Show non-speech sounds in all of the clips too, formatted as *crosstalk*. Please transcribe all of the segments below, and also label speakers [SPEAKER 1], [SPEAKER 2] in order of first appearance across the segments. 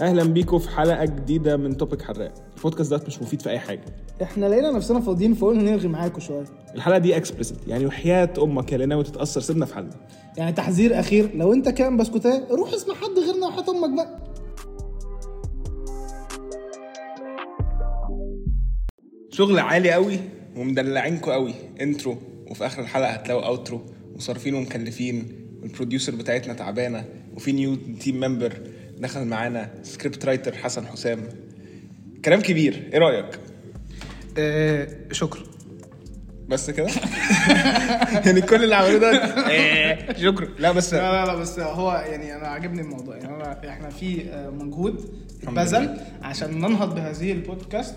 [SPEAKER 1] اهلا بيكم في حلقه جديده من توبيك حراق البودكاست ده مش مفيد في اي حاجه
[SPEAKER 2] احنا لقينا نفسنا فاضيين فقلنا نلغي معاكم شويه
[SPEAKER 1] الحلقه دي اكسبلسيت يعني وحياه امك يا اللي ناوي تتاثر سيبنا في حالنا
[SPEAKER 2] يعني تحذير اخير لو انت كائن بسكوتاه روح اسمع حد غيرنا وحط امك بقى
[SPEAKER 1] شغل عالي قوي ومدلعينكوا قوي انترو وفي اخر الحلقه هتلاقوا اوترو وصارفين ومكلفين والبروديوسر بتاعتنا تعبانه وفي نيو تيم ممبر دخل معانا سكريبت رايتر حسن حسام كلام كبير ايه رايك
[SPEAKER 3] آه شكرا
[SPEAKER 1] بس كده *laughs* يعني كل اللي عملوه ده آه، شكرا لا بس
[SPEAKER 3] لا لا لا بس هو يعني انا عاجبني الموضوع يعني انا احنا في آه، مجهود
[SPEAKER 1] الحمد
[SPEAKER 3] بذل عشان ننهض بهذه البودكاست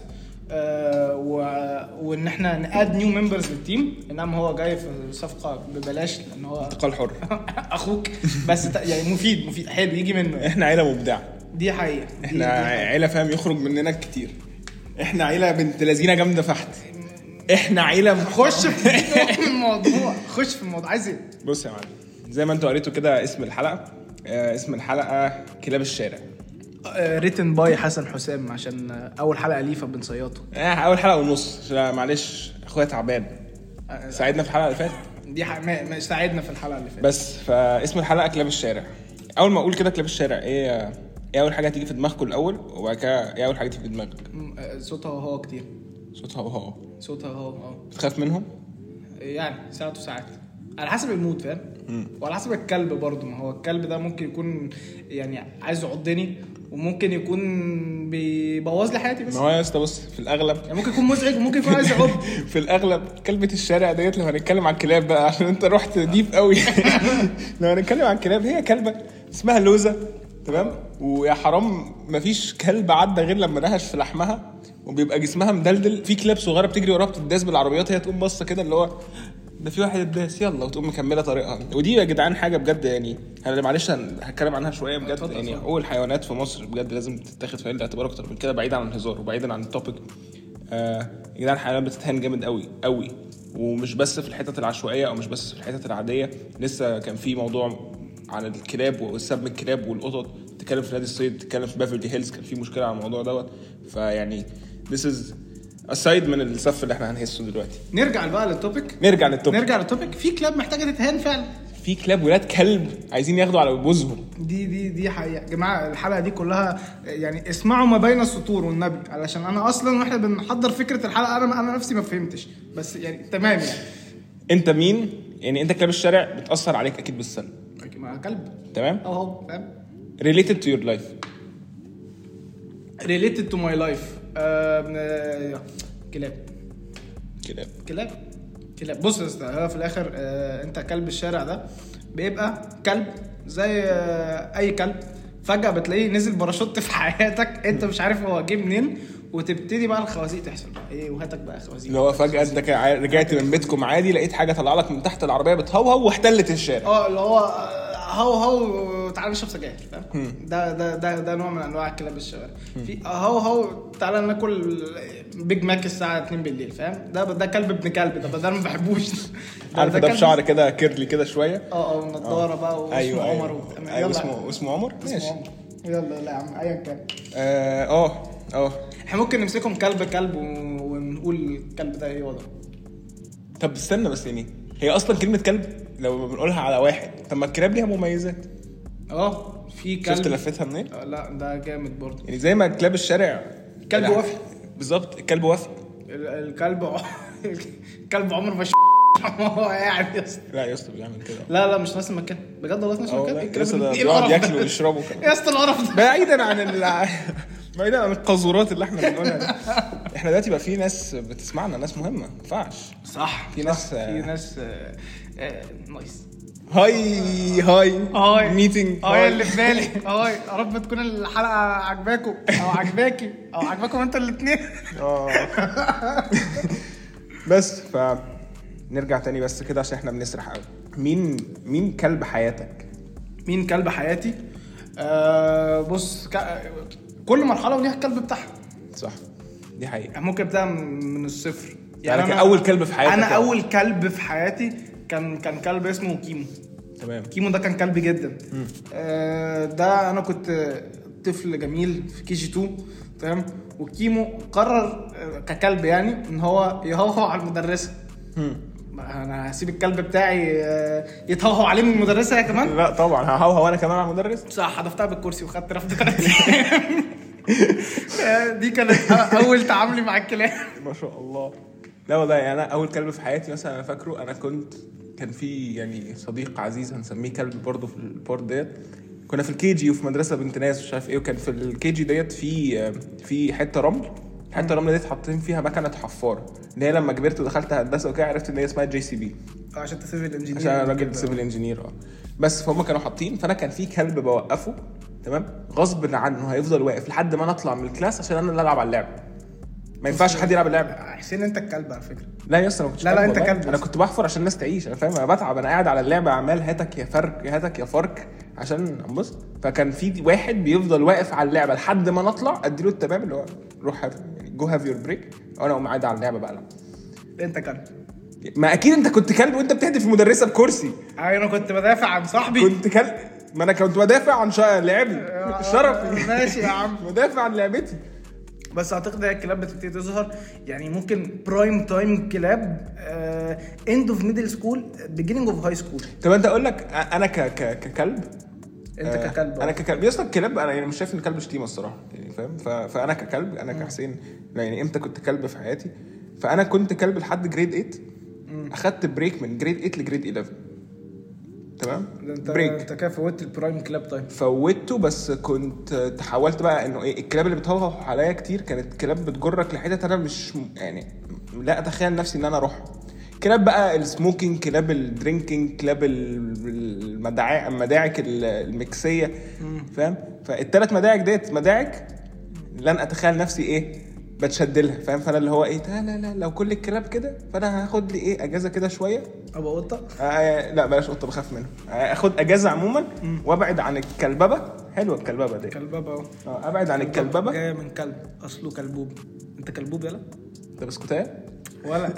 [SPEAKER 3] آه و... وان احنا ناد نيو ممبرز للتيم انما نعم، هو جاي في صفقه ببلاش لان هو *laughs*
[SPEAKER 1] انتقال حر
[SPEAKER 3] اخوك بس ت- يعني مفيد مفيد حلو يجي منه يعني
[SPEAKER 1] احنا عيله مبدعه
[SPEAKER 3] دي حقيقه دي-
[SPEAKER 1] احنا
[SPEAKER 3] دي حقيقة.
[SPEAKER 1] عيله فاهم يخرج مننا كتير احنا عيله بنت لذينه جامده فحت احنا عيله
[SPEAKER 3] خش في *laughs* الموضوع خش في الموضوع عايز ايه؟
[SPEAKER 1] بص يا معلم زي ما انتوا قريتوا كده اسم الحلقه آه اسم الحلقه كلاب الشارع
[SPEAKER 3] ريتن باي آه، حسن حسام عشان آه، اول حلقه ليه فبنصيطه
[SPEAKER 1] آه اول حلقه ونص عشان معلش اخويا تعبان
[SPEAKER 3] آه،
[SPEAKER 1] ساعدنا في الحلقه اللي فاتت
[SPEAKER 3] دي ح... ما... ما ساعدنا في الحلقه اللي فاتت
[SPEAKER 1] بس فاسم الحلقه كلاب الشارع اول ما اقول كده كلاب الشارع ايه آه، ايه اول حاجه هتيجي في دماغكم الاول وبعد كده ايه اول حاجه تيجي في دماغك
[SPEAKER 3] م- آه، صوتها هو كتير
[SPEAKER 1] صوتها وهو
[SPEAKER 3] صوتها هو اه
[SPEAKER 1] بتخاف منهم
[SPEAKER 3] يعني ساعات وساعات على حسب المود فاهم وعلى حسب الكلب برضو ما هو الكلب ده ممكن يكون يعني عايز يعضني وممكن يكون بيبوظ لي حياتي بس
[SPEAKER 1] ما هو يا اسطى بص في الاغلب
[SPEAKER 3] يعني ممكن يكون مزعج وممكن يكون عايز يعض
[SPEAKER 1] *laughs* في الاغلب كلبه الشارع ديت لو هنتكلم عن الكلاب بقى عشان انت رحت ديب قوي *laughs* لو هنتكلم عن الكلاب هي كلبه اسمها لوزه تمام ويا حرام مفيش كلب عدى غير لما نهش في لحمها وبيبقى جسمها مدلدل في كلاب صغيره بتجري وراها بتداس بالعربيات هي تقوم باصه كده اللي هو ده في واحد اتداس يلا وتقوم مكمله طريقها ودي يا جدعان حاجه بجد يعني انا معلش هن- هتكلم عنها شويه بجد
[SPEAKER 3] اتفضل،
[SPEAKER 1] يعني
[SPEAKER 3] اتفضل.
[SPEAKER 1] حقوق الحيوانات في مصر بجد لازم تتاخد في عين الاعتبار اكتر من كده بعيدا عن الهزار وبعيدا عن التوبيك آه، يا جدعان الحيوانات بتتهان جامد قوي قوي ومش بس في الحتت العشوائيه او مش بس في الحتت العاديه لسه كان في موضوع عن الكلاب والسب من الكلاب والقطط تتكلم في نادي الصيد تتكلم في بافلدي هيلز كان في مشكله على الموضوع دوت فيعني this is aside من الصف اللي احنا هنهسه دلوقتي
[SPEAKER 3] نرجع بقى للتوبيك
[SPEAKER 1] نرجع للتوبيك
[SPEAKER 3] نرجع للتوبيك في كلاب محتاجه تتهان فعلا
[SPEAKER 1] في كلاب ولاد كلب عايزين ياخدوا على بوزهم
[SPEAKER 3] دي دي دي حقيقة يا جماعة الحلقة دي كلها يعني اسمعوا ما بين السطور والنبي علشان أنا أصلا وإحنا بنحضر فكرة الحلقة أنا أنا نفسي ما فهمتش بس يعني تمام يعني
[SPEAKER 1] انت مين يعني انت كلاب الشارع بتاثر عليك اكيد بالسلب
[SPEAKER 3] مع كلب
[SPEAKER 1] تمام
[SPEAKER 3] أهو فاهم
[SPEAKER 1] related to your life
[SPEAKER 3] related to my life آه، كلاب
[SPEAKER 1] كده
[SPEAKER 3] كلاب كلاب بص يا أستاذ، هو في الآخر آه، أنت كلب الشارع ده بيبقى كلب زي آه، أي كلب فجأة بتلاقيه نزل باراشوت في حياتك أنت مش عارف هو جه منين وتبتدي بقى الخوازيق تحصل بقى ايه وهاتك بقى خوازيق
[SPEAKER 1] اللي هو فجأة انت كا- عا- رجعت من بيتكم عادي لقيت حاجة طلع لك من تحت العربية بتهوهو واحتلت الشارع
[SPEAKER 3] اه اللي هو هو هو تعالى نشرب سجاير فاهم ده ده ده ده نوع من انواع كلاب الشوارع في هو هو تعالى ناكل بيج ماك الساعه 2 بالليل فاهم ده ده كلب ابن كلب ده ده انا ما بحبوش *laughs* ده-
[SPEAKER 1] عارف ده
[SPEAKER 3] كلب-
[SPEAKER 1] بشعر كده كيرلي كده شوية
[SPEAKER 3] اه اه ونضاره بقى واسمه
[SPEAKER 1] ايوه
[SPEAKER 3] عمر
[SPEAKER 1] ايوه
[SPEAKER 3] وبتاع.
[SPEAKER 1] ايوه
[SPEAKER 3] يلا.
[SPEAKER 1] اسمه اسمه عمر
[SPEAKER 3] اسمه
[SPEAKER 1] ماشي
[SPEAKER 3] عمر. يلا لا يا عم ايا كان
[SPEAKER 1] اه اه اه
[SPEAKER 3] احنا ممكن نمسكهم كلب كلب و- ونقول الكلب ده ايه وضعه
[SPEAKER 1] طب استنى بس يعني هي اصلا كلمة كلب لو بنقولها على واحد طب ما الكلاب ليها مميزات
[SPEAKER 3] اه في كلب
[SPEAKER 1] شفت لفتها منين؟
[SPEAKER 3] آه، لا ده جامد برضه
[SPEAKER 1] يعني زي ما كلاب الشارع
[SPEAKER 3] كلب
[SPEAKER 1] لا.
[SPEAKER 3] وفي.
[SPEAKER 1] بالظبط الكلب وفي
[SPEAKER 3] ال- الكلب ع- *laughs* الكلب عمر ما ش- *laughs* هو قاعد يا اسطى
[SPEAKER 1] لا يا اسطى بيعمل كده
[SPEAKER 3] لا لا مش نفس المكان بجد والله مش نفس
[SPEAKER 1] اه
[SPEAKER 3] المكان
[SPEAKER 1] لا،
[SPEAKER 3] الكلاب
[SPEAKER 1] يا اسطى ده
[SPEAKER 3] ال- ايه
[SPEAKER 1] بيقعد
[SPEAKER 3] القرف ده؟
[SPEAKER 1] ياكلوا ويشربوا كمان.
[SPEAKER 3] *laughs* يا اسطى القرف ده
[SPEAKER 1] بعيدا عن ال بعيدا عن القذورات اللي احنا بنقولها دي. احنا دلوقتي بقى في ناس بتسمعنا ناس مهمه ما ينفعش
[SPEAKER 3] صح
[SPEAKER 1] في ناس-
[SPEAKER 3] في ناس آه، آه، نايس
[SPEAKER 1] هاي هاي
[SPEAKER 3] هاي
[SPEAKER 1] ميتنج
[SPEAKER 3] هاي آه، اللي في *laughs* بالي هاي يا رب تكون الحلقه عجباكم او عجباكي او عجباكم انتوا الاثنين
[SPEAKER 1] بس ف نرجع تاني بس كده عشان احنا بنسرح قوي مين مين كلب حياتك
[SPEAKER 3] مين كلب حياتي آه بص ك- كل مرحله وليها الكلب بتاعها
[SPEAKER 1] صح دي حقيقه
[SPEAKER 3] يعني ممكن ابدا من من الصفر
[SPEAKER 1] يعني كان أول كلب في حياتك
[SPEAKER 3] انا
[SPEAKER 1] يعني.
[SPEAKER 3] اول كلب في حياتي كان كان كلب اسمه كيمو
[SPEAKER 1] تمام
[SPEAKER 3] كيمو ده كان كلب جدا آه ده انا كنت طفل جميل في كي جي 2 تمام وكيمو قرر آه، ككلب يعني ان هو يهوهو على المدرسه ما انا هسيب الكلب بتاعي آه، يتهوهو عليه من المدرسه يا كمان
[SPEAKER 1] لا طبعا ههوهو انا كمان على المدرس
[SPEAKER 3] صح حذفتها بالكرسي وخدت رفض *laughs* آه، دي كانت اول تعاملي مع الكلاب
[SPEAKER 1] ما شاء الله لا والله يعني انا اول كلب في حياتي مثلا انا فاكره انا كنت كان في يعني صديق عزيز هنسميه كلب برضه في البورت ديت كنا في الكي جي وفي مدرسه بنت ناس مش عارف ايه وكان في الكي جي ديت في في حته رمل الحته الرمل ديت حاطين فيها مكنه حفاره اللي هي لما كبرت ودخلت هندسه وكده عرفت ان هي اسمها جي سي بي
[SPEAKER 3] عشان تسيب الانجينير
[SPEAKER 1] عشان انا راجل سيفل انجينير اه بس فهم كانوا حاطين فانا كان في كلب بوقفه تمام غصب عنه هيفضل واقف لحد ما انا اطلع من الكلاس عشان انا اللي العب على اللعبه ما ينفعش حد يلعب اللعبه
[SPEAKER 3] حسين انت الكلب على فكره
[SPEAKER 1] لا يا اسطى أنا ما كنتش
[SPEAKER 3] لا، لا،
[SPEAKER 1] كلب
[SPEAKER 3] أنت
[SPEAKER 1] والله.
[SPEAKER 3] كلب
[SPEAKER 1] انا
[SPEAKER 3] بس.
[SPEAKER 1] كنت بحفر عشان الناس تعيش انا فاهم انا بتعب انا قاعد على اللعبه عمال هاتك يا فرك يا هاتك يا فرك عشان بص فكان في واحد بيفضل واقف على اللعبه لحد ما نطلع اديله التمام اللي هو روح هاف يعني جو هاف يور بريك وانا اقوم قاعد على اللعبه بقى ألعب.
[SPEAKER 3] انت كلب
[SPEAKER 1] ما اكيد انت كنت كلب وانت بتهدف المدرسه بكرسي
[SPEAKER 3] انا كنت بدافع عن صاحبي
[SPEAKER 1] كنت كلب ما انا كنت بدافع عن شا... لعبي شرفي
[SPEAKER 3] آه، ماشي يا عم
[SPEAKER 1] بدافع عن لعبتي
[SPEAKER 3] بس اعتقد هي الكلاب بتبتدي تظهر يعني ممكن برايم تايم كلاب آه، اند اوف ميدل سكول بيجيننج اوف هاي سكول
[SPEAKER 1] طب انت اقول لك انا ك... ك... ككلب
[SPEAKER 3] انت
[SPEAKER 1] آه،
[SPEAKER 3] ككلب
[SPEAKER 1] انا ككلب يا اسطى الكلاب انا يعني مش شايف ان الكلب شتيمه الصراحه يعني فاهم ف- فانا ككلب انا كحسين لا يعني امتى كنت كلب في حياتي فانا كنت كلب لحد جريد 8 اخدت بريك من جريد 8 لجريد 11 تمام
[SPEAKER 3] ده انت
[SPEAKER 1] بريك
[SPEAKER 3] انت كده فوتت البرايم كلاب تايم
[SPEAKER 1] فوتته بس كنت تحولت بقى انه ايه الكلاب اللي بتهوهو عليا كتير كانت كلاب بتجرك لحتت انا مش م- يعني لا اتخيل نفسي ان انا اروح كلاب بقى السموكينج كلاب الدرينكينج كلاب ال- المداعي المداعك ال- المكسيه فاهم فالثلاث مداعك ديت مداعك لن اتخيل نفسي ايه بتشد لها فاهم فانا اللي هو ايه لا لا لا لو كل الكلاب كده فانا هاخد لي ايه اجازه كده شويه
[SPEAKER 3] ابقى قطه
[SPEAKER 1] آه لا بلاش قطه بخاف منها آه اخد اجازه عموما وابعد عن الكلببه حلوه الكلببه دي
[SPEAKER 3] كلبابه اهو
[SPEAKER 1] آه ابعد عن الكلببه
[SPEAKER 3] جايه من كلب اصله كلبوب انت كلبوب يلا
[SPEAKER 1] ده بسكوتيه *laughs*
[SPEAKER 3] ولا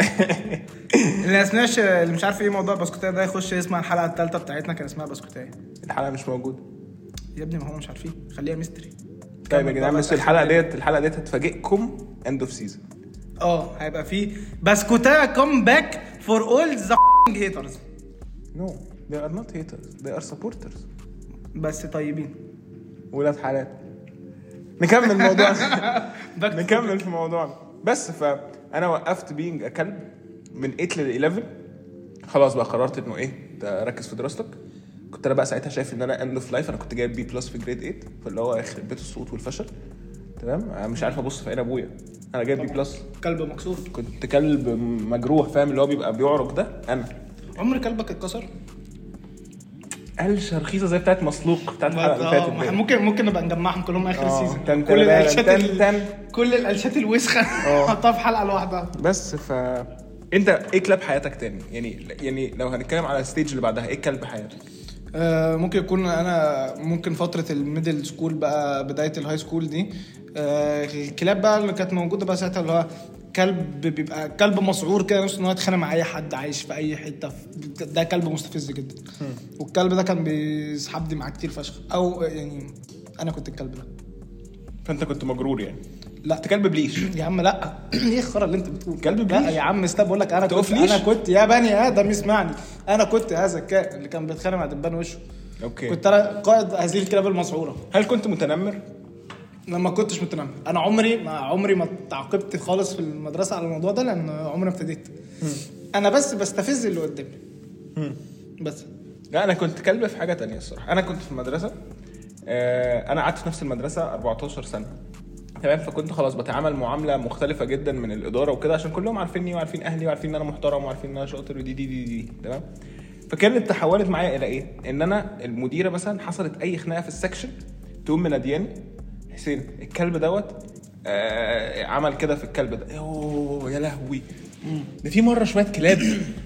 [SPEAKER 3] اللي اسناش اللي مش عارف ايه موضوع بسكوتيه ده يخش يسمع الحلقه الثالثه بتاعتنا كان اسمها بسكوتيه
[SPEAKER 1] الحلقه مش موجوده
[SPEAKER 3] يا ابني ما هو مش عارفين خليها ميستري
[SPEAKER 1] طيب يا جدعان
[SPEAKER 3] بقى
[SPEAKER 1] بس الحلقه ديت الحلقه ديت هتفاجئكم اند اوف سيزون
[SPEAKER 3] اه هيبقى فيه بسكوتيه كم باك فور اول ذا هيترز
[SPEAKER 1] نو they are not haters they are supporters
[SPEAKER 3] بس طيبين
[SPEAKER 1] ولاد حالات نكمل موضوعنا
[SPEAKER 3] باك تو-
[SPEAKER 1] نكمل في موضوعنا بس فانا وقفت بينج كلب من 8 ل 11 خلاص بقى قررت انه ايه انت ركز في دراستك كنت انا بقى ساعتها شايف ان انا اند اوف لايف انا كنت جايب بي بلس في جريد 8 فاللي هو يخرب بيت السقوط والفشل تمام أنا مش عارف ابص في عين ابويا انا جايب بي بلس
[SPEAKER 3] كلب مكسور
[SPEAKER 1] كنت كلب مجروح فاهم اللي هو بيبقى بيعرج ده انا
[SPEAKER 3] عمر كلبك اتكسر؟
[SPEAKER 1] قلشه رخيصه زي بتاعت مسلوق بتاعت الحلقه اللي
[SPEAKER 3] آه،
[SPEAKER 1] فاتت دي.
[SPEAKER 3] ممكن ممكن نبقى نجمعهم كلهم اخر
[SPEAKER 1] آه،
[SPEAKER 3] سيزون
[SPEAKER 1] تن-
[SPEAKER 3] كل
[SPEAKER 1] تن-
[SPEAKER 3] الالشات
[SPEAKER 1] تن-
[SPEAKER 3] ال-
[SPEAKER 1] تن.
[SPEAKER 3] كل الالشات الوسخه
[SPEAKER 1] آه.
[SPEAKER 3] *laughs* حطها في حلقه لوحدها
[SPEAKER 1] بس ف انت ايه كلاب حياتك تاني يعني يعني لو هنتكلم على الستيج اللي بعدها ايه كلب حياتك
[SPEAKER 3] آه، ممكن يكون انا ممكن فتره الميدل سكول بقى بدايه الهاي سكول دي آه، الكلاب بقى اللي كانت موجوده بقى ساعتها اللي هو كلب بيبقى كلب مسعور كده نفسه ان هو يتخانق مع اي حد عايش في اي حته في- ده كلب مستفز جدا والكلب ده كان بيسحبني معاه كتير فشخ او يعني انا كنت الكلب ده
[SPEAKER 1] فانت كنت مجرور يعني
[SPEAKER 3] لا
[SPEAKER 1] انت كلب بليش
[SPEAKER 3] *clears throat* يا عم لا ايه الخرا اللي انت بتقول
[SPEAKER 1] كلب
[SPEAKER 3] لا
[SPEAKER 1] بليش.
[SPEAKER 3] يا عم استنى بقول لك انا كنت
[SPEAKER 1] تقفليش؟
[SPEAKER 3] انا كنت يا بني ادم اسمعني انا كنت هذا الكائن اللي كان بيتخانق مع دبان وشه
[SPEAKER 1] اوكي كنت
[SPEAKER 3] كنت انا قائد هذه الكلاب المسعوره
[SPEAKER 1] هل كنت متنمر
[SPEAKER 3] لما كنتش متنمر انا عمري ما عمري ما تعاقبت خالص في المدرسه على الموضوع ده لان عمري ما ابتديت انا بس بستفز اللي قدامي بس
[SPEAKER 1] لا انا كنت كلب في حاجه تانية الصراحه انا كنت في المدرسه آه انا قعدت في نفس المدرسه 14 سنه تمام فكنت خلاص بتعامل معامله مختلفه جدا من الاداره وكده عشان كلهم عارفيني وعارفين اهلي وعارفين ان انا محترم وعارفين ان انا شاطر ودي دي دي دي تمام فكانت تحولت معايا الى ايه ان انا المديره مثلا حصلت اي خناقه في السكشن تقوم منادياني حسين الكلب دوت آه عمل كده في الكلب ده يوه يا لهوي ده في مره شويه كلاب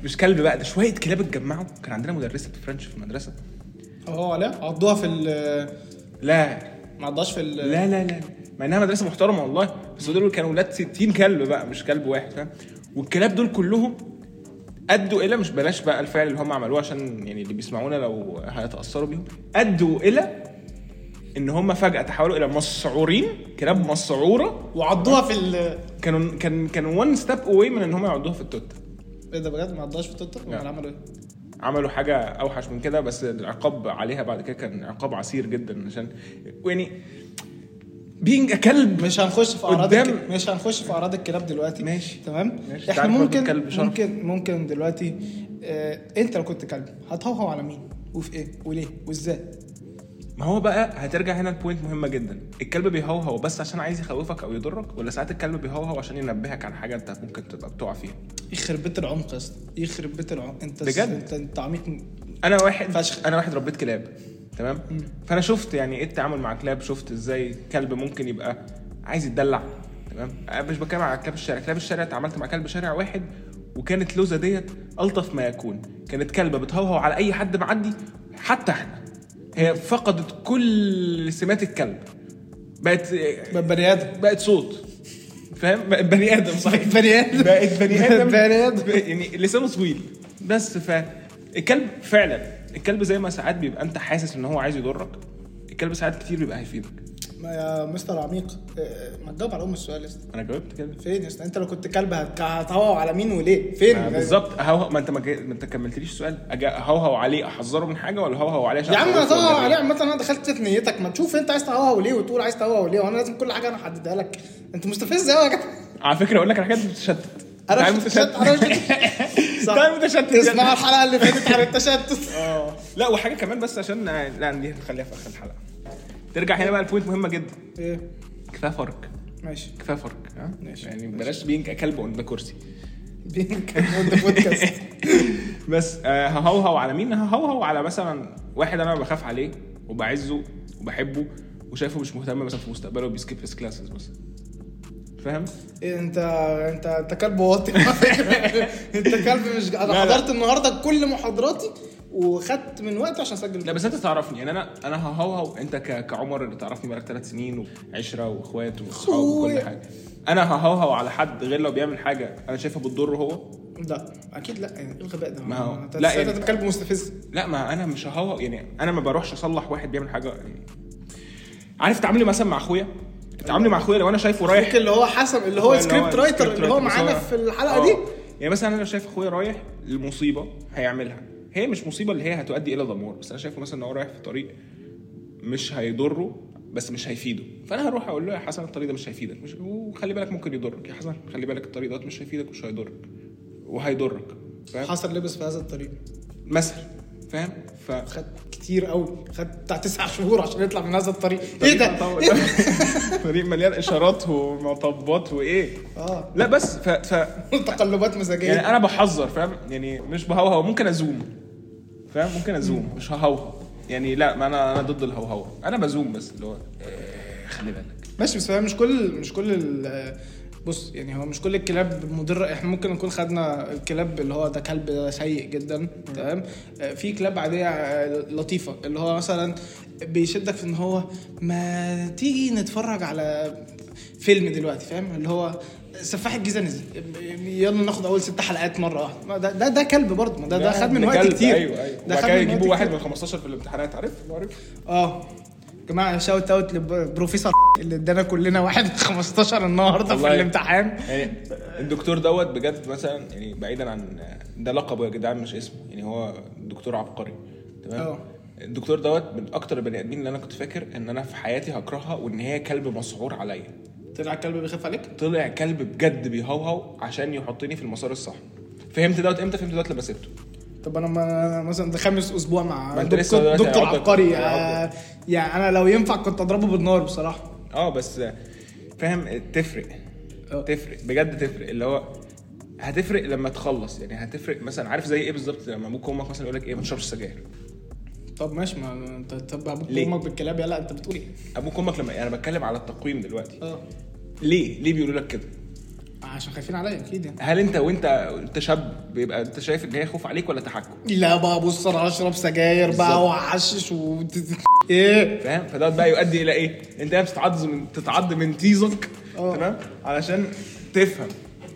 [SPEAKER 1] مش كلب بقى ده شويه كلاب اتجمعوا كان عندنا مدرسه فرنش في المدرسه
[SPEAKER 3] اهو عليها عضوها في ال-
[SPEAKER 1] لا
[SPEAKER 3] ما عضهاش في ال-
[SPEAKER 1] لا لا لا مع انها مدرسه محترمه والله بس دول كانوا ولاد 60 كلب بقى مش كلب واحد فاهم والكلاب دول كلهم ادوا الى مش بلاش بقى الفعل اللي هم عملوه عشان يعني اللي بيسمعونا لو هيتاثروا بيهم ادوا الى ان هم فجاه تحولوا الى مسعورين كلاب مسعوره
[SPEAKER 3] وعضوها في ال
[SPEAKER 1] كانوا كان كان وان ستيب اواي من ان هم يعدوها في التوت
[SPEAKER 3] ايه ده بجد ما عضهاش في تويتر
[SPEAKER 1] لا.
[SPEAKER 3] ولا عملوا ايه؟
[SPEAKER 1] عملوا حاجه اوحش من كده بس العقاب عليها بعد كده كان عقاب عسير جدا عشان يعني بينج كلب
[SPEAKER 3] مش هنخش في اعراض
[SPEAKER 1] قدام-
[SPEAKER 3] الك... مش هنخش في اعراض الكلاب دلوقتي
[SPEAKER 1] ماشي.
[SPEAKER 3] تمام
[SPEAKER 1] ماشي.
[SPEAKER 3] احنا
[SPEAKER 1] تعال ناخد
[SPEAKER 3] ممكن
[SPEAKER 1] الكلب شرف.
[SPEAKER 3] ممكن ممكن دلوقتي آه... انت لو كنت كلب هتهوهو على مين وفي ايه وليه وازاي
[SPEAKER 1] ما هو بقى هترجع هنا لبوينت مهمه جدا الكلب بيهوهو بس عشان عايز يخوفك او يضرك ولا ساعات الكلب بيهوهو عشان ينبهك عن حاجه انت ممكن تبقى بتقع فيها
[SPEAKER 3] يخرب بيت العمق يا اسطى يخرب بيت العمق انت
[SPEAKER 1] بجد؟
[SPEAKER 3] انت انت عميق م-
[SPEAKER 1] انا واحد
[SPEAKER 3] فشخ.
[SPEAKER 1] انا واحد ربيت كلاب تمام فانا شفت يعني ايه التعامل مع كلاب شفت ازاي كلب ممكن يبقى عايز يتدلع تمام أنا مش بتكلم على كلاب الشارع كلاب الشارع اتعاملت مع كلب شارع واحد وكانت لوزه ديت الطف ما يكون كانت كلبه بتهوهو على اي حد معدي حتى احنا هي فقدت كل سمات الكلب بقت
[SPEAKER 3] بقى بني ادم
[SPEAKER 1] بقت صوت فاهم بقت بني ادم صحيح
[SPEAKER 3] بني ادم
[SPEAKER 1] بقت بني
[SPEAKER 3] *laughs*
[SPEAKER 1] ادم
[SPEAKER 3] بني ادم
[SPEAKER 1] يعني لسانه طويل بس ف الكلب فعلا الكلب زي ما ساعات بيبقى انت حاسس ان هو عايز يضرك الكلب ساعات كتير بيبقى هيفيدك
[SPEAKER 3] ما يا مستر عميق آه، ما تجاوب على ام السؤال يا اسطى
[SPEAKER 1] انا جاوبت كده
[SPEAKER 3] فين يا اسطى انت لو كنت كلب هت- هتهوهو على مين وليه فين
[SPEAKER 1] ما بالظبط هوهو ما انت ما, جا- ما انت كملتليش السؤال أجا- هوهو عليه احذره من حاجه ولا هوهو عليه عشان
[SPEAKER 3] يا عم
[SPEAKER 1] أعرفه
[SPEAKER 3] هتهوهو
[SPEAKER 1] ولا إيه؟
[SPEAKER 3] عليه عامة انا دخلت في نيتك ما تشوف انت عايز تهوهو ليه وتقول عايز تهوهو ليه وانا لازم كل حاجه انا احددها لك انت مستفز قوي يا جدع
[SPEAKER 1] على فكره اقول لك على حاجات بتتشتت
[SPEAKER 3] انا
[SPEAKER 1] تعال
[SPEAKER 3] مش متشتت انا مش متشتت صح.
[SPEAKER 1] تعال متشتت يلا.
[SPEAKER 3] اسمع الحلقه اللي فاتت عن التشتت
[SPEAKER 1] اه *laughs* لا وحاجه كمان بس عشان لا دي هنخليها في اخر الحلقه ترجع هنا بقى لبوينت مهمه جدا
[SPEAKER 3] ايه
[SPEAKER 1] كفايه فرق
[SPEAKER 3] ماشي
[SPEAKER 1] كفايه فرق ها
[SPEAKER 3] ماشي.
[SPEAKER 1] يعني بلاش بينك كلب قدام كرسي
[SPEAKER 3] بينك *laughs* بودكاست
[SPEAKER 1] بس آه، ههوهو على مين ههوهو على مثلا واحد انا بخاف عليه وبعزه وبحبه وشايفه مش مهتم مثلا في مستقبله وبيسكيب هيز كلاسز بس فاهم
[SPEAKER 3] إيه انت انت انت كلب واطي *laughs* انت كلب مش انا
[SPEAKER 1] لا، لا.
[SPEAKER 3] حضرت النهارده كل محاضراتي وخدت من وقتي عشان اسجل
[SPEAKER 1] لا بس انت تعرفني يعني انا انا ههوهو انت ك- كعمر اللي تعرفني بقالك ثلاث سنين وعشره واخوات واصحاب وكل
[SPEAKER 3] أخويا.
[SPEAKER 1] حاجه انا ههوهو على حد غير لو بيعمل حاجه انا شايفها بتضره هو
[SPEAKER 3] لا اكيد لا يعني ايه الغباء ده
[SPEAKER 1] ما هو-
[SPEAKER 3] انت
[SPEAKER 1] لا،
[SPEAKER 3] لا
[SPEAKER 1] يعني-
[SPEAKER 3] انت كلب مستفز
[SPEAKER 1] لا ما انا مش ههوهو يعني انا ما بروحش اصلح واحد بيعمل حاجه يعني عارف تعاملي مثلا مع اخويا تعاملي مع اخويا لو انا شايفه رايح
[SPEAKER 3] ممكن اللي هو حسن اللي هو
[SPEAKER 1] اللي
[SPEAKER 3] سكريبت رايتر اللي هو
[SPEAKER 1] بس
[SPEAKER 3] معانا في الحلقه دي
[SPEAKER 1] آه. يعني مثلا انا لو شايف اخويا رايح لمصيبه هيعملها هي مش مصيبه اللي هي هتؤدي الى دمار بس انا شايفه مثلا ان هو رايح في طريق مش هيضره بس مش هيفيده فانا هروح اقول له يا حسن الطريق ده مش هيفيدك مش وخلي بالك ممكن يضرك يا حسن خلي بالك الطريق ده مش هيفيدك ومش هيضرك وهيضرك فاهم
[SPEAKER 3] حسن لبس في هذا الطريق
[SPEAKER 1] مثلا فاهم ف
[SPEAKER 3] خد كتير قوي خد بتاع تسع شهور عشان يطلع من هذا الطريق ايه
[SPEAKER 1] طريق
[SPEAKER 3] ده؟
[SPEAKER 1] مطب-
[SPEAKER 3] إيه
[SPEAKER 1] *laughs*
[SPEAKER 3] ده؟
[SPEAKER 1] طريق مليان اشارات ومطبات وايه
[SPEAKER 3] اه
[SPEAKER 1] لا بس ف, ف...
[SPEAKER 3] تقلبات مزاجيه
[SPEAKER 1] يعني انا بحذر فاهم يعني مش بهوهو ممكن ازوم فاهم ممكن ازوم مش ههوهو يعني لا ما انا انا ضد الهوهو انا بزوم بس اللي هو آه، خلي بالك
[SPEAKER 3] ماشي بس هي مش كل مش كل ال- بص يعني هو مش كل الكلاب مضرة احنا ممكن نكون خدنا الكلاب اللي هو ده كلب ده سيء جدا تمام آه، في كلاب عادية آه، لطيفة اللي هو مثلا بيشدك في ان هو ما تيجي نتفرج على فيلم دلوقتي فاهم اللي هو سفاح الجيزة نزل يلا ناخد اول ست حلقات مرة واحدة ما ده ده, ده كلب برضه ما ده ده خد من
[SPEAKER 1] ابن
[SPEAKER 3] وقت
[SPEAKER 1] كلب،
[SPEAKER 3] كتير
[SPEAKER 1] ايوه ايوه
[SPEAKER 3] ده
[SPEAKER 1] وبعد
[SPEAKER 3] خد
[SPEAKER 1] كده
[SPEAKER 3] من وقت
[SPEAKER 1] يجيبوا واحد
[SPEAKER 3] كتير.
[SPEAKER 1] من 15 في الامتحانات عارف عارف
[SPEAKER 3] اه جماعه شاوت اوت لبروفيسور اللي ادانا كلنا واحد *laughs* من 15 النهارده في
[SPEAKER 1] والله.
[SPEAKER 3] الامتحان
[SPEAKER 1] يعني الدكتور دوت بجد مثلا يعني بعيدا عن ده لقبه يا جدعان مش اسمه يعني هو دكتور عبقري تمام
[SPEAKER 3] اه.
[SPEAKER 1] الدكتور دوت من اكتر البني ادمين اللي انا كنت فاكر ان انا في حياتي هكرهها وان هي كلب مسعور عليا
[SPEAKER 3] طلع الكلب بيخاف عليك
[SPEAKER 1] طلع كلب بجد بيهوهو عشان يحطني في المسار الصح فهمت دوت امتى فهمت دوت لما سبته
[SPEAKER 3] طب انا ما مثلا ده خامس اسبوع مع
[SPEAKER 1] ما انت لسه
[SPEAKER 3] دكتور,
[SPEAKER 1] دلوقتي
[SPEAKER 3] دكتور
[SPEAKER 1] هيعضك.
[SPEAKER 3] عبقري آه،
[SPEAKER 1] هيعضك.
[SPEAKER 3] يعني انا لو ينفع كنت اضربه بالنار بصراحه
[SPEAKER 1] اه بس فاهم تفرق
[SPEAKER 3] اه.
[SPEAKER 1] تفرق بجد تفرق اللي هو هتفرق لما تخلص يعني هتفرق مثلا عارف زي ايه بالظبط لما ابوك وامك مثلا يقول لك ايه ما تشربش سجاير
[SPEAKER 3] طب ماشي ما انت تتبع ابوك
[SPEAKER 1] ليه؟
[SPEAKER 3] وامك بالكلاب يلا انت بتقول ايه؟
[SPEAKER 1] ابوك وامك لما انا بتكلم على التقويم دلوقتي
[SPEAKER 3] اه
[SPEAKER 1] ليه ليه بيقولوا لك كده
[SPEAKER 3] عشان خايفين عليا اكيد يعني
[SPEAKER 1] هل انت وانت انت شاب بيبقى انت شايف ان هي خوف عليك ولا تحكم
[SPEAKER 3] لا بقى بص انا هشرب سجاير بقى
[SPEAKER 1] بالظبط.
[SPEAKER 3] وعشش و *laughs* ايه
[SPEAKER 1] فاهم فدوت بقى يؤدي إيه؟ الى ايه انت بتتعض من تتعض من تيزك
[SPEAKER 3] اه.
[SPEAKER 1] تمام علشان تفهم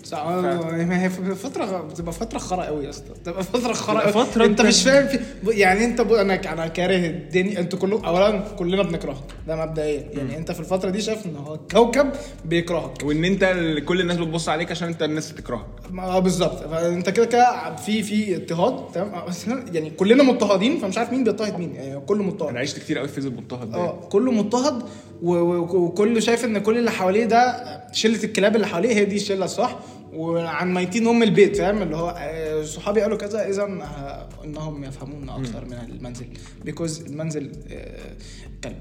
[SPEAKER 3] صح ما هي في فتره غ- بتبقى فتره خرا قوي يا اسطى بتبقى فتره خرا قوي
[SPEAKER 1] بتبقى فترة
[SPEAKER 3] انت
[SPEAKER 1] أنت-
[SPEAKER 3] مش فاهم في ب- يعني انت ب... انا ك- انا كاره الدنيا انتوا كلكم اولا كلنا بنكرهك ده مبدئيا يعني انت في الفتره دي شايف ان هو الكوكب بيكرهك
[SPEAKER 1] وان انت ال- كل الناس بتبص عليك عشان انت الناس بتكرهك
[SPEAKER 3] ما- اه بالظبط فانت كده كده في في اضطهاد تمام اه بس احنا يعني كلنا مضطهدين فمش عارف مين بيضطهد مين يعني كله مضطهد
[SPEAKER 1] انا عشت كتير قوي في فيز المضطهد ده
[SPEAKER 3] اه كله مضطهد و- و- وكله شايف ان كل اللي حواليه ده شله الكلاب اللي حواليه هي دي الشله الصح وعن ميتين ام البيت فاهم اللي هو آه، صحابي قالوا كذا اذا آه، انهم يفهمون اكثر من المنزل بيكوز المنزل آه، كلب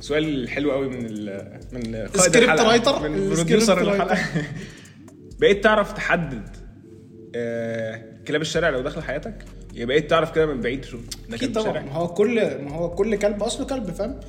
[SPEAKER 1] سؤال حلو قوي من ال من قائد
[SPEAKER 3] السكريبت
[SPEAKER 1] الحلقة،
[SPEAKER 3] رايتر؟
[SPEAKER 1] من
[SPEAKER 3] السكريبت
[SPEAKER 1] بروديوسر
[SPEAKER 3] رايتر.
[SPEAKER 1] الحلقه *laughs* بقيت تعرف تحدد آه كلاب الشارع لو داخل حياتك يعني بقيت تعرف كده من بعيد شو ده
[SPEAKER 3] اكيد
[SPEAKER 1] كلب
[SPEAKER 3] طبعا
[SPEAKER 1] الشارع
[SPEAKER 3] ما هو كل ما هو كل كلب اصله كلب فاهم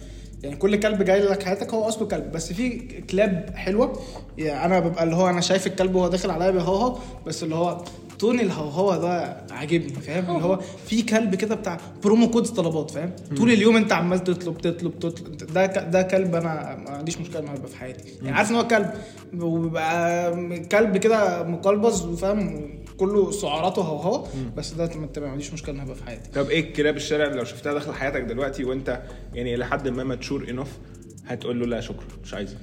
[SPEAKER 3] يعني كل كلب جاي لك حياتك هو اصله كلب بس في كلاب حلوه يعني انا ببقى اللي هو انا شايف الكلب وهو داخل عليا بيهوهو بس اللي هو تون الهوهوه ده عاجبني فاهم اللي هو في كلب كده بتاع برومو كودز طلبات فاهم طول اليوم انت عمال تطلب تطلب تطلب ده ك- ده كلب انا ما عنديش مشكله انه يبقى في حياتي يعني عارف ان هو كلب وبيبقى كلب كده مقلبز وفاهم كله سعراته هوهوه بس ده ما ما عنديش مشكله انه يبقى في حياتي
[SPEAKER 1] طب ايه كلاب الشارع اللي لو شفتها داخل حياتك دلوقتي وانت يعني الى حد ما ماتشور انف هتقول له لا شكرا مش عايزك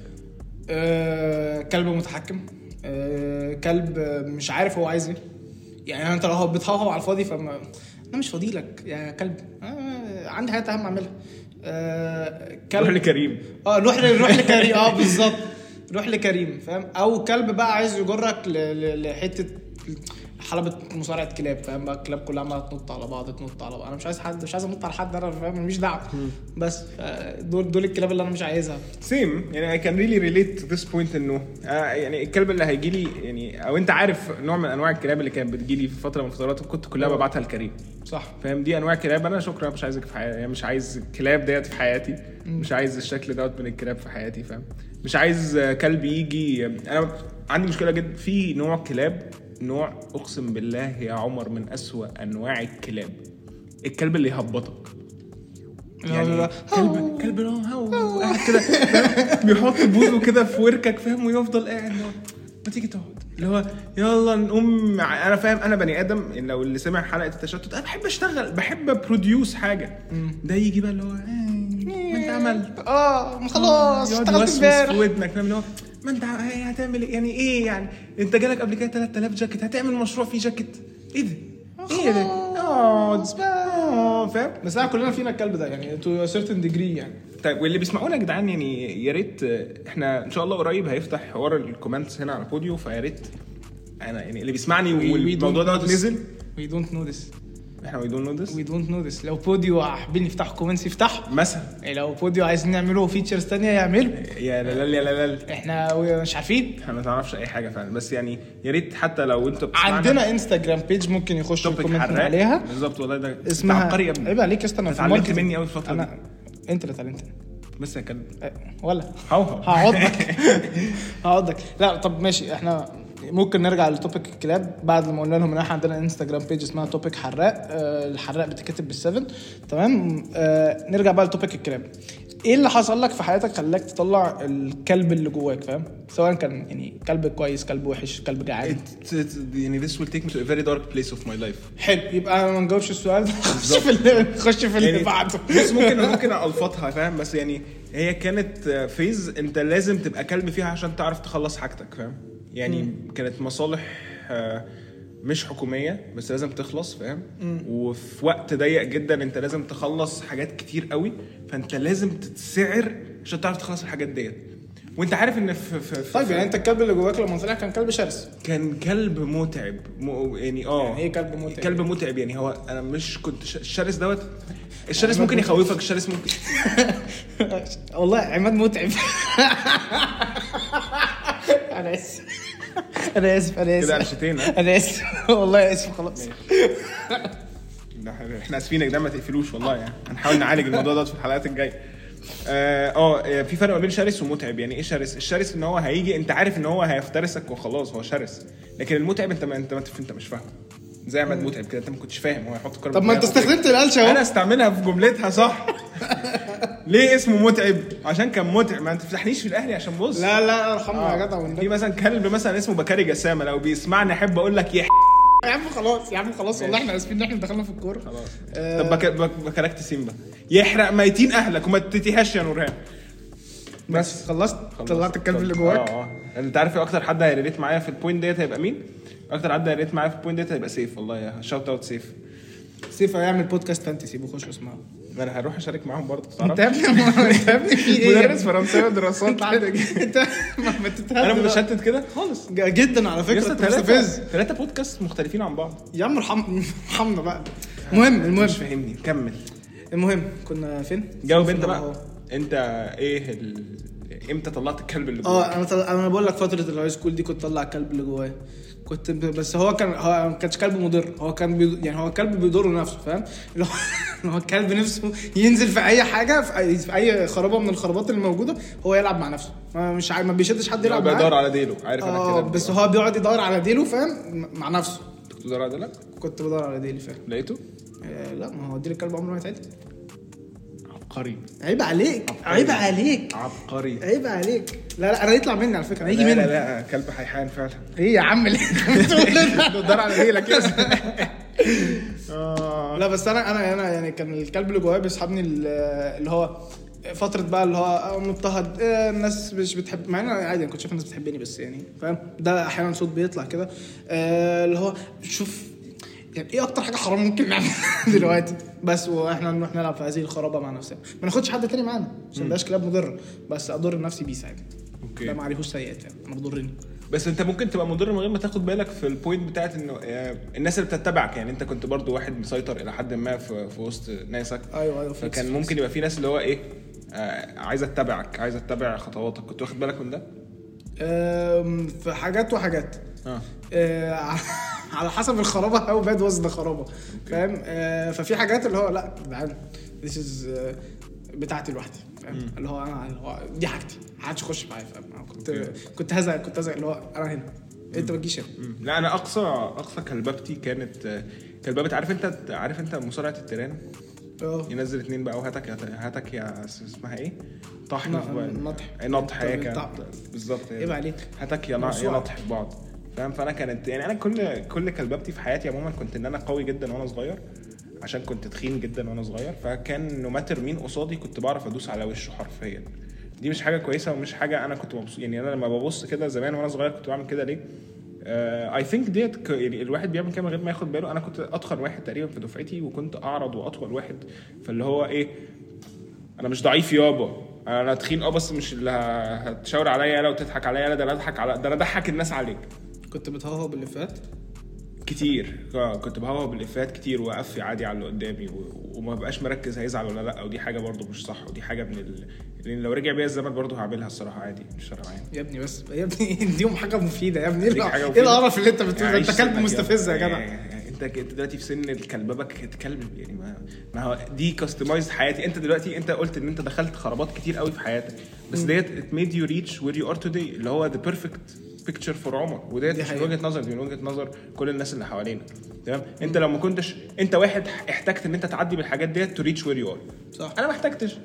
[SPEAKER 3] آه، كلب متحكم آه، كلب آه، مش عارف هو عايز ايه يعني انت لو هو بتهوهو على الفاضي فما انا مش فاضيلك يا كلب آه، عندي حاجات اهم اعملها آه،
[SPEAKER 1] روح
[SPEAKER 3] كلب
[SPEAKER 1] لكريم
[SPEAKER 3] اه روح ل- روح لكريم اه بالظبط روح لكريم فاهم او كلب بقى عايز يجرك ل- ل- لحته حلبة مصارعة كلاب فاهم بقى الكلاب كلها عمالة تنط على بعض تنط على بعض انا مش عايز حد مش عايز انط على حد انا فاهم ماليش دعوة بس آه، دول دول الكلاب اللي انا مش عايزها
[SPEAKER 1] سيم يعني اي كان ريلي ريليت تو ذس بوينت انه آه يعني الكلب اللي هيجي لي يعني او انت عارف نوع من انواع الكلاب اللي كانت بتجي لي في فتره من الفترات كنت كلها ببعتها لكريم
[SPEAKER 3] صح
[SPEAKER 1] فاهم دي انواع كلاب انا شكرا مش عايزك في حياتي يعني مش عايز الكلاب ديت في حياتي مش عايز الشكل دوت من الكلاب في حياتي فاهم مش عايز آه، كلب يجي انا عندي مشكله جدا في نوع كلاب نوع اقسم بالله يا عمر من أسوأ انواع الكلاب الكلب اللي يهبطك يعني كلب كلب اللي هو هو قاعد كده فاهم؟ بيحط بوزه كده في وركك فاهم ويفضل قاعد اللي هو ما تيجي تقعد اللي هو يلا نقوم مع- انا فاهم انا بني ادم إن لو اللي سمع حلقه التشتت انا بحب اشتغل بحب ابروديوس حاجه ده يجي بقى اللي هو "آي، ما انت عملت
[SPEAKER 3] اه ما إيه، خلاص
[SPEAKER 1] يقعد
[SPEAKER 3] اشتغلت
[SPEAKER 1] يوسوس في
[SPEAKER 3] امبارح
[SPEAKER 1] ودنك فاهم اللي هو ما انت ع- هي- هتعمل إيه؟ يعني ايه يعني انت جالك قبل كده 3000 جاكيت هتعمل مشروع فيه جاكيت ايه ده؟ ايه ده؟ اقعد آه، فاهم
[SPEAKER 3] بس احنا كلنا فينا الكلب ده يعني تو سيرتن ديجري يعني
[SPEAKER 1] طيب واللي بيسمعونا يا جدعان يعني يا ريت آه، احنا ان شاء الله قريب هيفتح حوار الكومنتس هنا على البوديو فيا ريت انا يعني اللي بيسمعني والموضوع دوت نزل
[SPEAKER 3] وي دونت نو ذس
[SPEAKER 1] احنا وي دونت نو ذس
[SPEAKER 3] وي دونت نو ذس لو بوديو حابين يفتحوا كومنتس يفتحوا يعني
[SPEAKER 1] مثلا
[SPEAKER 3] لو بوديو عايزين نعملوا فيتشرز تانية يعملوا
[SPEAKER 1] يا لال يا لال
[SPEAKER 3] احنا و- مش عارفين
[SPEAKER 1] احنا ما نعرفش اي حاجه فعلا بس يعني يا ريت حتى لو انتوا بتسمعنا
[SPEAKER 3] عندنا انستجرام بيج ممكن يخشوا
[SPEAKER 1] توبيك
[SPEAKER 3] الكومنت
[SPEAKER 1] حراق
[SPEAKER 3] عليها
[SPEAKER 1] بالظبط والله ده أنت
[SPEAKER 3] اسمها
[SPEAKER 1] عبقري يا ابني
[SPEAKER 3] عيب عليك يا اسطى انا في
[SPEAKER 1] اتعلمت
[SPEAKER 3] الماركتينج.
[SPEAKER 1] مني أوي الفترة
[SPEAKER 3] انا انت اللي اتعلمت
[SPEAKER 1] بس يا كلب
[SPEAKER 3] أه، ولا
[SPEAKER 1] هو هو *laughs*
[SPEAKER 3] هقعدك هقعدك لا طب ماشي احنا ممكن نرجع لتوبيك الكلاب بعد ما قلنا لهم ان احنا عندنا انستجرام بيج اسمها توبيك حراق آه الحراق بتتكتب بالسفن تمام آه نرجع بقى لتوبيك الكلاب ايه اللي حصل لك في حياتك خلاك تطلع الكلب اللي جواك فاهم سواء كان يعني كلب كويس كلب وحش كلب جعان
[SPEAKER 1] It- it- يعني this will take me to a very dark place of my life
[SPEAKER 3] حلو يبقى ما نجاوبش السؤال ده *laughs* خش في
[SPEAKER 1] *laughs*
[SPEAKER 3] اللي خش في اللي بعده
[SPEAKER 1] يعني بس ممكن ممكن الفطها فاهم بس يعني هي كانت فيز انت لازم تبقى كلب فيها عشان تعرف تخلص حاجتك فاهم يعني كانت مصالح آه، مش حكوميه بس لازم تخلص فاهم وفي وقت ضيق جدا انت لازم تخلص حاجات كتير قوي فانت لازم تتسعر عشان تعرف تخلص الحاجات ديت وانت عارف ان في, في, في
[SPEAKER 3] *laughs* طيب يعني
[SPEAKER 1] في-
[SPEAKER 3] انت الكلب اللي جواك لما طلع كان كلب شرس
[SPEAKER 1] كان كلب متعب م... يعني اه
[SPEAKER 3] يعني ايه كلب متعب؟
[SPEAKER 1] كلب متعب يعني هو انا مش كنت ش... الشرس دوت الشرس ممكن يخوفك الشرس ممكن
[SPEAKER 3] والله عماد متعب انا اسف انا اسف انا
[SPEAKER 1] كده
[SPEAKER 3] اسف
[SPEAKER 1] قرشتين ها؟
[SPEAKER 3] انا اسف والله اسف خلاص
[SPEAKER 1] لا، احنا اسفين يا جدعان ما تقفلوش والله يعني هنحاول نعالج الموضوع دوت في الحلقات الجايه آه، اه في فرق ما بين شرس ومتعب يعني ايه شرس الشرس ان هو هيجي انت عارف ان هو هيفترسك وخلاص هو شرس لكن المتعب انت ما انت ما انت مش فاهم زي عماد متعب كده انت ما كنتش فاهم هو هيحط كرة
[SPEAKER 3] طب ما انت
[SPEAKER 1] بتاعه.
[SPEAKER 3] استخدمت القلشه
[SPEAKER 1] انا
[SPEAKER 3] اهو
[SPEAKER 1] استعملها في جملتها صح ليه اسمه متعب عشان كان متعب ما تفتحنيش في الاهلي عشان بص
[SPEAKER 3] لا لا ارحمنا يا جدع
[SPEAKER 1] في
[SPEAKER 3] والنبي
[SPEAKER 1] مثلا كلب مثلا اسمه بكاري جسامه لو بيسمعني احب اقول لك يا
[SPEAKER 3] يا عم خلاص يا عم خلاص والله احنا اسفين ان احنا دخلنا في الكوره خلاص
[SPEAKER 1] طب بك- بك- بكاركت سيمبا يحرق ميتين اهلك وما تتيهاش يا نورهان
[SPEAKER 3] بس خلصت طلعت الكلب اللي
[SPEAKER 1] آه،
[SPEAKER 3] جواك
[SPEAKER 1] اه انت عارف إيه اكتر حد هيريت معايا في البوينت ديت هيبقى مين؟ اكتر حد هيريت معايا في البوينت ديت هيبقى سيف والله يا شوت اوت سيف
[SPEAKER 3] سيف هيعمل بودكاست فانتسي بخش اسمعه
[SPEAKER 1] ما انا هروح اشارك معاهم برضه
[SPEAKER 3] انت
[SPEAKER 1] تعرف
[SPEAKER 3] يا ابني انت يا ابني في ايه
[SPEAKER 1] مدرس فرنساوي دراسات عندك
[SPEAKER 3] انت ما ما تتهز
[SPEAKER 1] انا
[SPEAKER 3] بقى.
[SPEAKER 1] متشتت كده خالص
[SPEAKER 3] ج- جدا على فكره انت مستفز
[SPEAKER 1] ثلاثة بودكاست مختلفين عن بعض
[SPEAKER 3] يا عم ارحم- ارحمنا بقى المهم المهم
[SPEAKER 1] مش فاهمني كمل
[SPEAKER 3] المهم كنا فين؟
[SPEAKER 1] جاوب
[SPEAKER 3] وصلنا
[SPEAKER 1] انت بقى
[SPEAKER 3] لأهو.
[SPEAKER 1] انت ايه ال... امتى طلعت الكلب اللي جواك؟
[SPEAKER 3] اه انا طل... انا بقول لك فتره الهاي سكول دي كنت طلع الكلب اللي جوايا كنت ب... بس هو كان هو ما كانش كلب مضر هو كان بي... يعني هو كلب بيضر نفسه فاهم اللي هو *laughs* اللي هو الكلب نفسه ينزل في اي حاجه في اي, في أي خرابه من الخرابات اللي موجوده هو يلعب مع نفسه ما مش عاي... ما بيشدش حد
[SPEAKER 1] انا
[SPEAKER 3] يلعب
[SPEAKER 1] بدور
[SPEAKER 3] معاه
[SPEAKER 1] على ديلو عارف انا
[SPEAKER 3] اه
[SPEAKER 1] كده
[SPEAKER 3] بس هو بيقعد يدور على ديله فاهم م- مع نفسه
[SPEAKER 1] كنت بدور على ديلك
[SPEAKER 3] كنت بدور على ديلي فاهم
[SPEAKER 1] لقيته
[SPEAKER 3] آه لا ما هو ديل الكلب عمره ما هيتعدل
[SPEAKER 1] عبقري
[SPEAKER 3] عيب عليك عيب عليك
[SPEAKER 1] عبقري
[SPEAKER 3] عيب عليك لا لا انا يطلع مني على فكره هيجي
[SPEAKER 1] لا
[SPEAKER 3] مني
[SPEAKER 1] لا لا كلب حيحان
[SPEAKER 3] *laughs*
[SPEAKER 1] فعلا
[SPEAKER 3] ايه يا عم اللي انت بتقوله ده؟
[SPEAKER 1] دور على رجلك
[SPEAKER 3] لا بس انا انا انا يعني كان الكلب اللي جوايا بيسحبني ال- اللي هو فترة بقى اللي هو مضطهد آه، الناس مش بتحب مع ان انا عادي انا كنت شايف الناس بتحبني بس يعني فاهم ده احيانا صوت بيطلع كده آه، اللي هو شوف يعني ايه اكتر حاجه حرام ممكن نعملها *laughs* دلوقتي بس واحنا نروح نلعب في هذه الخرابه مع نفسنا ما ناخدش حد تاني معانا عشان ده كلاب مضر بس اضر نفسي بيه ساعتها
[SPEAKER 1] اوكي
[SPEAKER 3] ده ما عليهوش سيئات يعني انا بضرني
[SPEAKER 1] بس انت ممكن تبقى مضر من غير ما تاخد بالك في البوينت بتاعت انه آه، الناس اللي بتتبعك يعني انت كنت برضو واحد مسيطر الى حد ما في, في وسط ناسك
[SPEAKER 3] ايوه ايوه فيكس،
[SPEAKER 1] فكان
[SPEAKER 3] فيكس.
[SPEAKER 1] ممكن يبقى في ناس اللي هو ايه آه، عايزه اتبعك عايزه اتبع خطواتك كنت واخد بالك من ده؟
[SPEAKER 3] أم، في حاجات وحاجات
[SPEAKER 1] اه
[SPEAKER 3] آه، *laughs* على حسب الخرابه او باد واز ده خرابه فاهم آه، ففي حاجات اللي هو لا يا جدعان ذيس از أه، بتاعتي لوحدي فاهم اللي هو انا اللي هو دي حاجتي محدش يخش معايا فاهم أنا كنت كنت هزق كنت هزق اللي هو انا هنا انت ما تجيش هنا
[SPEAKER 1] مم. لا انا اقصى اقصى كلبابتي كانت آه، كلبابه عارف انت عارف انت مصارعه التيران
[SPEAKER 3] اه
[SPEAKER 1] ينزل اتنين بقى وهاتك يا هاتك يا س- اسمها ايه؟ طحن
[SPEAKER 3] نط-
[SPEAKER 1] في بعض.
[SPEAKER 3] نطح.
[SPEAKER 1] ايه نطح هي
[SPEAKER 3] طب-
[SPEAKER 1] كانت
[SPEAKER 3] طب. إيه
[SPEAKER 1] بالظبط هي
[SPEAKER 3] عيب
[SPEAKER 1] دي.
[SPEAKER 3] عليك.
[SPEAKER 1] هاتك يا ن- يا
[SPEAKER 3] موسوعة.
[SPEAKER 1] نطح في بعض فاهم فانا كانت يعني انا كل كل كلبابتي في حياتي عموما كنت ان انا قوي جدا وانا صغير عشان كنت تخين جدا وانا صغير فكان نوماتر مين قصادي كنت بعرف ادوس على وشه حرفيا دي مش حاجه كويسه ومش حاجه انا كنت مبسوط يعني انا لما ببص كده زمان وانا صغير كنت بعمل كده ليه؟ اي ثينك ديت ك- يعني الواحد بيعمل كده من غير ما ياخد باله انا كنت اضخم واحد تقريبا في دفعتي وكنت اعرض واطول واحد فاللي هو ايه انا مش ضعيف يابا انا تخين اه بس مش اللي ه- هتشاور عليا لا وتضحك عليا لا ده انا اضحك على ده انا اضحك الناس عليك
[SPEAKER 3] كنت بتهوهو باللي فات
[SPEAKER 1] كتير آه، كنت بهوهو بالافيهات كتير واقفي عادي على اللي قدامي و- وما بقاش مركز هيزعل ولا لا ودي حاجه برضو مش صح ودي حاجه من ال... لان لو رجع بيا الزمن برضو هعملها الصراحه عادي مش فارقه معايا
[SPEAKER 3] يا ابني بس يا ابني *laughs* اديهم حاجه مفيده يا ابني
[SPEAKER 1] ليك حاجة
[SPEAKER 3] ايه
[SPEAKER 1] مفيدة؟
[SPEAKER 3] القرف اللي انت بتقوله ده؟
[SPEAKER 1] عيش
[SPEAKER 3] انت كلب
[SPEAKER 1] سنك
[SPEAKER 3] مستفز يا جدع
[SPEAKER 1] يعني انت انت دلوقتي في سن الكلببك كلب يعني ما, ما هو دي كاستمايز حياتي انت دلوقتي انت قلت ان انت دخلت خرابات كتير قوي في حياتك بس ديت ات ميد يو ريتش وير يو ار توداي اللي هو ذا بيرفكت بيكتشر فور عمر وديت
[SPEAKER 3] دي
[SPEAKER 1] مش من
[SPEAKER 3] حقيقة.
[SPEAKER 1] وجهه نظر دي من وجهه نظر كل الناس اللي حوالينا تمام انت لو ما كنتش انت واحد احتجت ان انت تعدي بالحاجات ديت تو ريتش وير يو ار
[SPEAKER 3] صح.
[SPEAKER 1] انا ما احتجتش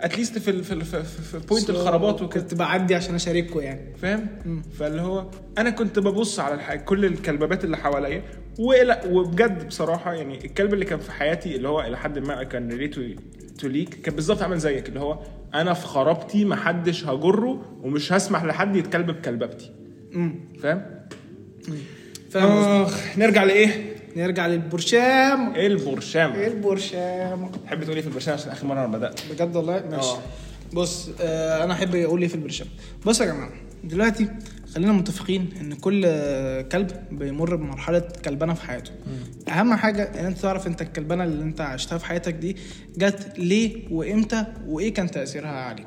[SPEAKER 1] اتليست في ال في ال في, في بوينت الخرابات وكده
[SPEAKER 3] كنت بعدي عشان اشارككم يعني
[SPEAKER 1] فاهم فاللي هو انا كنت ببص على الح... كل الكلبابات اللي حواليا ولا وبجد بصراحه يعني الكلب اللي كان في حياتي اللي هو الى حد ما كان ريليتو تو ليك كان بالظبط عامل زيك اللي هو انا في خرابتي محدش هجره ومش هسمح لحد يتكلب بكلبابتي
[SPEAKER 3] امم
[SPEAKER 1] فاهم
[SPEAKER 3] فاهم قصدي؟
[SPEAKER 1] آخ، نرجع لايه
[SPEAKER 3] نرجع للبرشام
[SPEAKER 1] ايه البرشام
[SPEAKER 3] ايه البرشام
[SPEAKER 1] تحب تقول ايه في البرشام عشان اخر مره انا بدات
[SPEAKER 3] بجد والله ماشي
[SPEAKER 1] آه.
[SPEAKER 3] بص آه انا احب اقول ايه في البرشام بص يا جماعه دلوقتي خلينا متفقين ان كل آه، كلب بيمر بمرحله كلبانه في حياته اهم حاجه ان انت تعرف انت الكلبانه اللي انت عشتها في حياتك دي جت ليه وامتى وايه كان تاثيرها عليك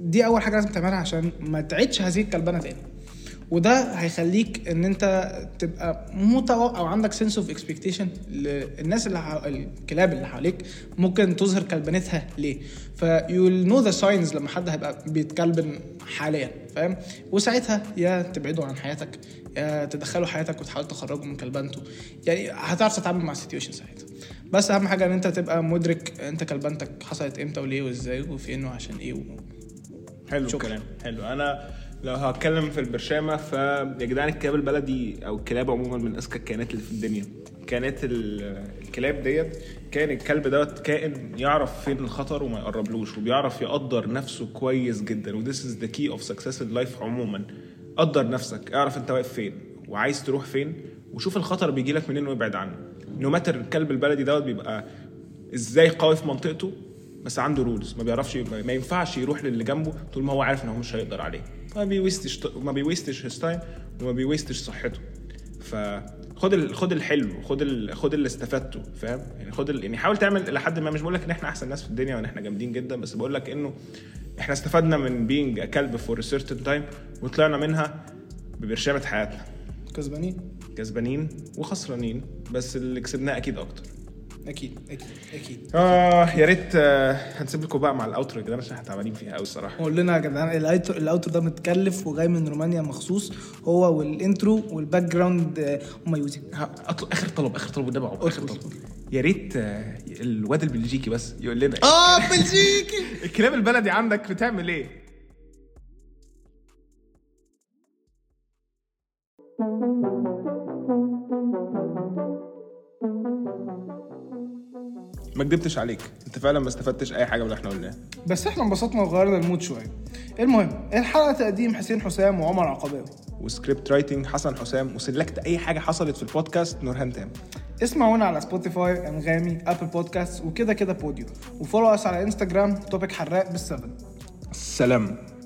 [SPEAKER 3] دي اول حاجه لازم تعملها عشان ما تعيدش هذه الكلبانه تاني وده هيخليك ان انت تبقى متوقع او عندك سنس اوف اكسبكتيشن للناس اللي حو... الكلاب اللي حواليك ممكن تظهر كلبنتها ليه ف you'll know the signs لما حد هيبقى بيتكلبن حاليا فاهم وساعتها يا تبعده عن حياتك يا تدخله حياتك وتحاول تخرجه من كلبنته يعني هتعرف تتعامل مع السيتويشن ساعتها بس اهم حاجه ان انت تبقى مدرك انت كلبانتك حصلت امتى وليه وازاي وفين وعشان ايه و...
[SPEAKER 1] حلو
[SPEAKER 3] شكراً.
[SPEAKER 1] الكلام حلو انا لو هتكلم في البرشامه فيا جدعان الكلاب البلدي او الكلاب عموما من اذكى الكائنات اللي في الدنيا كانت ال- الكلاب ديت كان الكلب دوت كائن يعرف فين الخطر وما يقربلوش وبيعرف يقدر نفسه كويس جدا وذس از ذا كي اوف سكسس ان لايف عموما قدر نفسك اعرف انت واقف فين وعايز تروح فين وشوف الخطر بيجي لك منين وابعد عنه نو ماتر الكلب البلدي دوت بيبقى ازاي قوي في منطقته بس عنده رولز ما بيعرفش ما ما ينفعش يروح للي جنبه طول ما هو عارف ان هو مش هيقدر عليه ما بيويستش ما بيويستش هيز تايم وما بيويستش صحته فخد ال... خد الحلو خد ال... خد اللي استفدته فاهم يعني خد ال... يعني حاول تعمل الى حد ما مش بقول لك ان احنا احسن ناس في الدنيا وان احنا جامدين جدا بس بقول لك انه احنا استفدنا من بينج كلب فور سيرتن تايم وطلعنا منها ببرشامه حياتنا
[SPEAKER 3] كسبانين
[SPEAKER 1] كسبانين وخسرانين بس اللي كسبناه اكيد اكتر
[SPEAKER 3] اكيد اكيد اكيد
[SPEAKER 1] اه يا ريت آه، هنسيب لكم بقى مع الاوترو كده عشان احنا تعبانين فيها قوي الصراحه
[SPEAKER 3] قول لنا يا جدعان الاوتر الاوتر ده متكلف وجاي من رومانيا مخصوص هو والانترو والباك جراوند آه، هم يوزي
[SPEAKER 1] ها، أطل... اخر طلب اخر طلب قدام عمر، اخر طلب آه! يا ريت آه، الواد البلجيكي بس يقول لنا
[SPEAKER 3] اه بلجيكي
[SPEAKER 1] الكلاب البلدي عندك بتعمل ايه؟ ما كدبتش عليك انت فعلا ما استفدتش اي حاجه من اللي احنا قلناه
[SPEAKER 3] بس احنا انبسطنا وغيرنا المود شويه المهم الحلقه تقديم حسين حسام وعمر عقباوي
[SPEAKER 1] وسكريبت رايتنج حسن حسام وسلكت اي حاجه حصلت في البودكاست نورهان تام
[SPEAKER 3] اسمعونا على سبوتيفاي انغامي ابل بودكاست وكده كده بوديو وفولو اس على انستجرام توبيك حراق بالسبب
[SPEAKER 1] سلام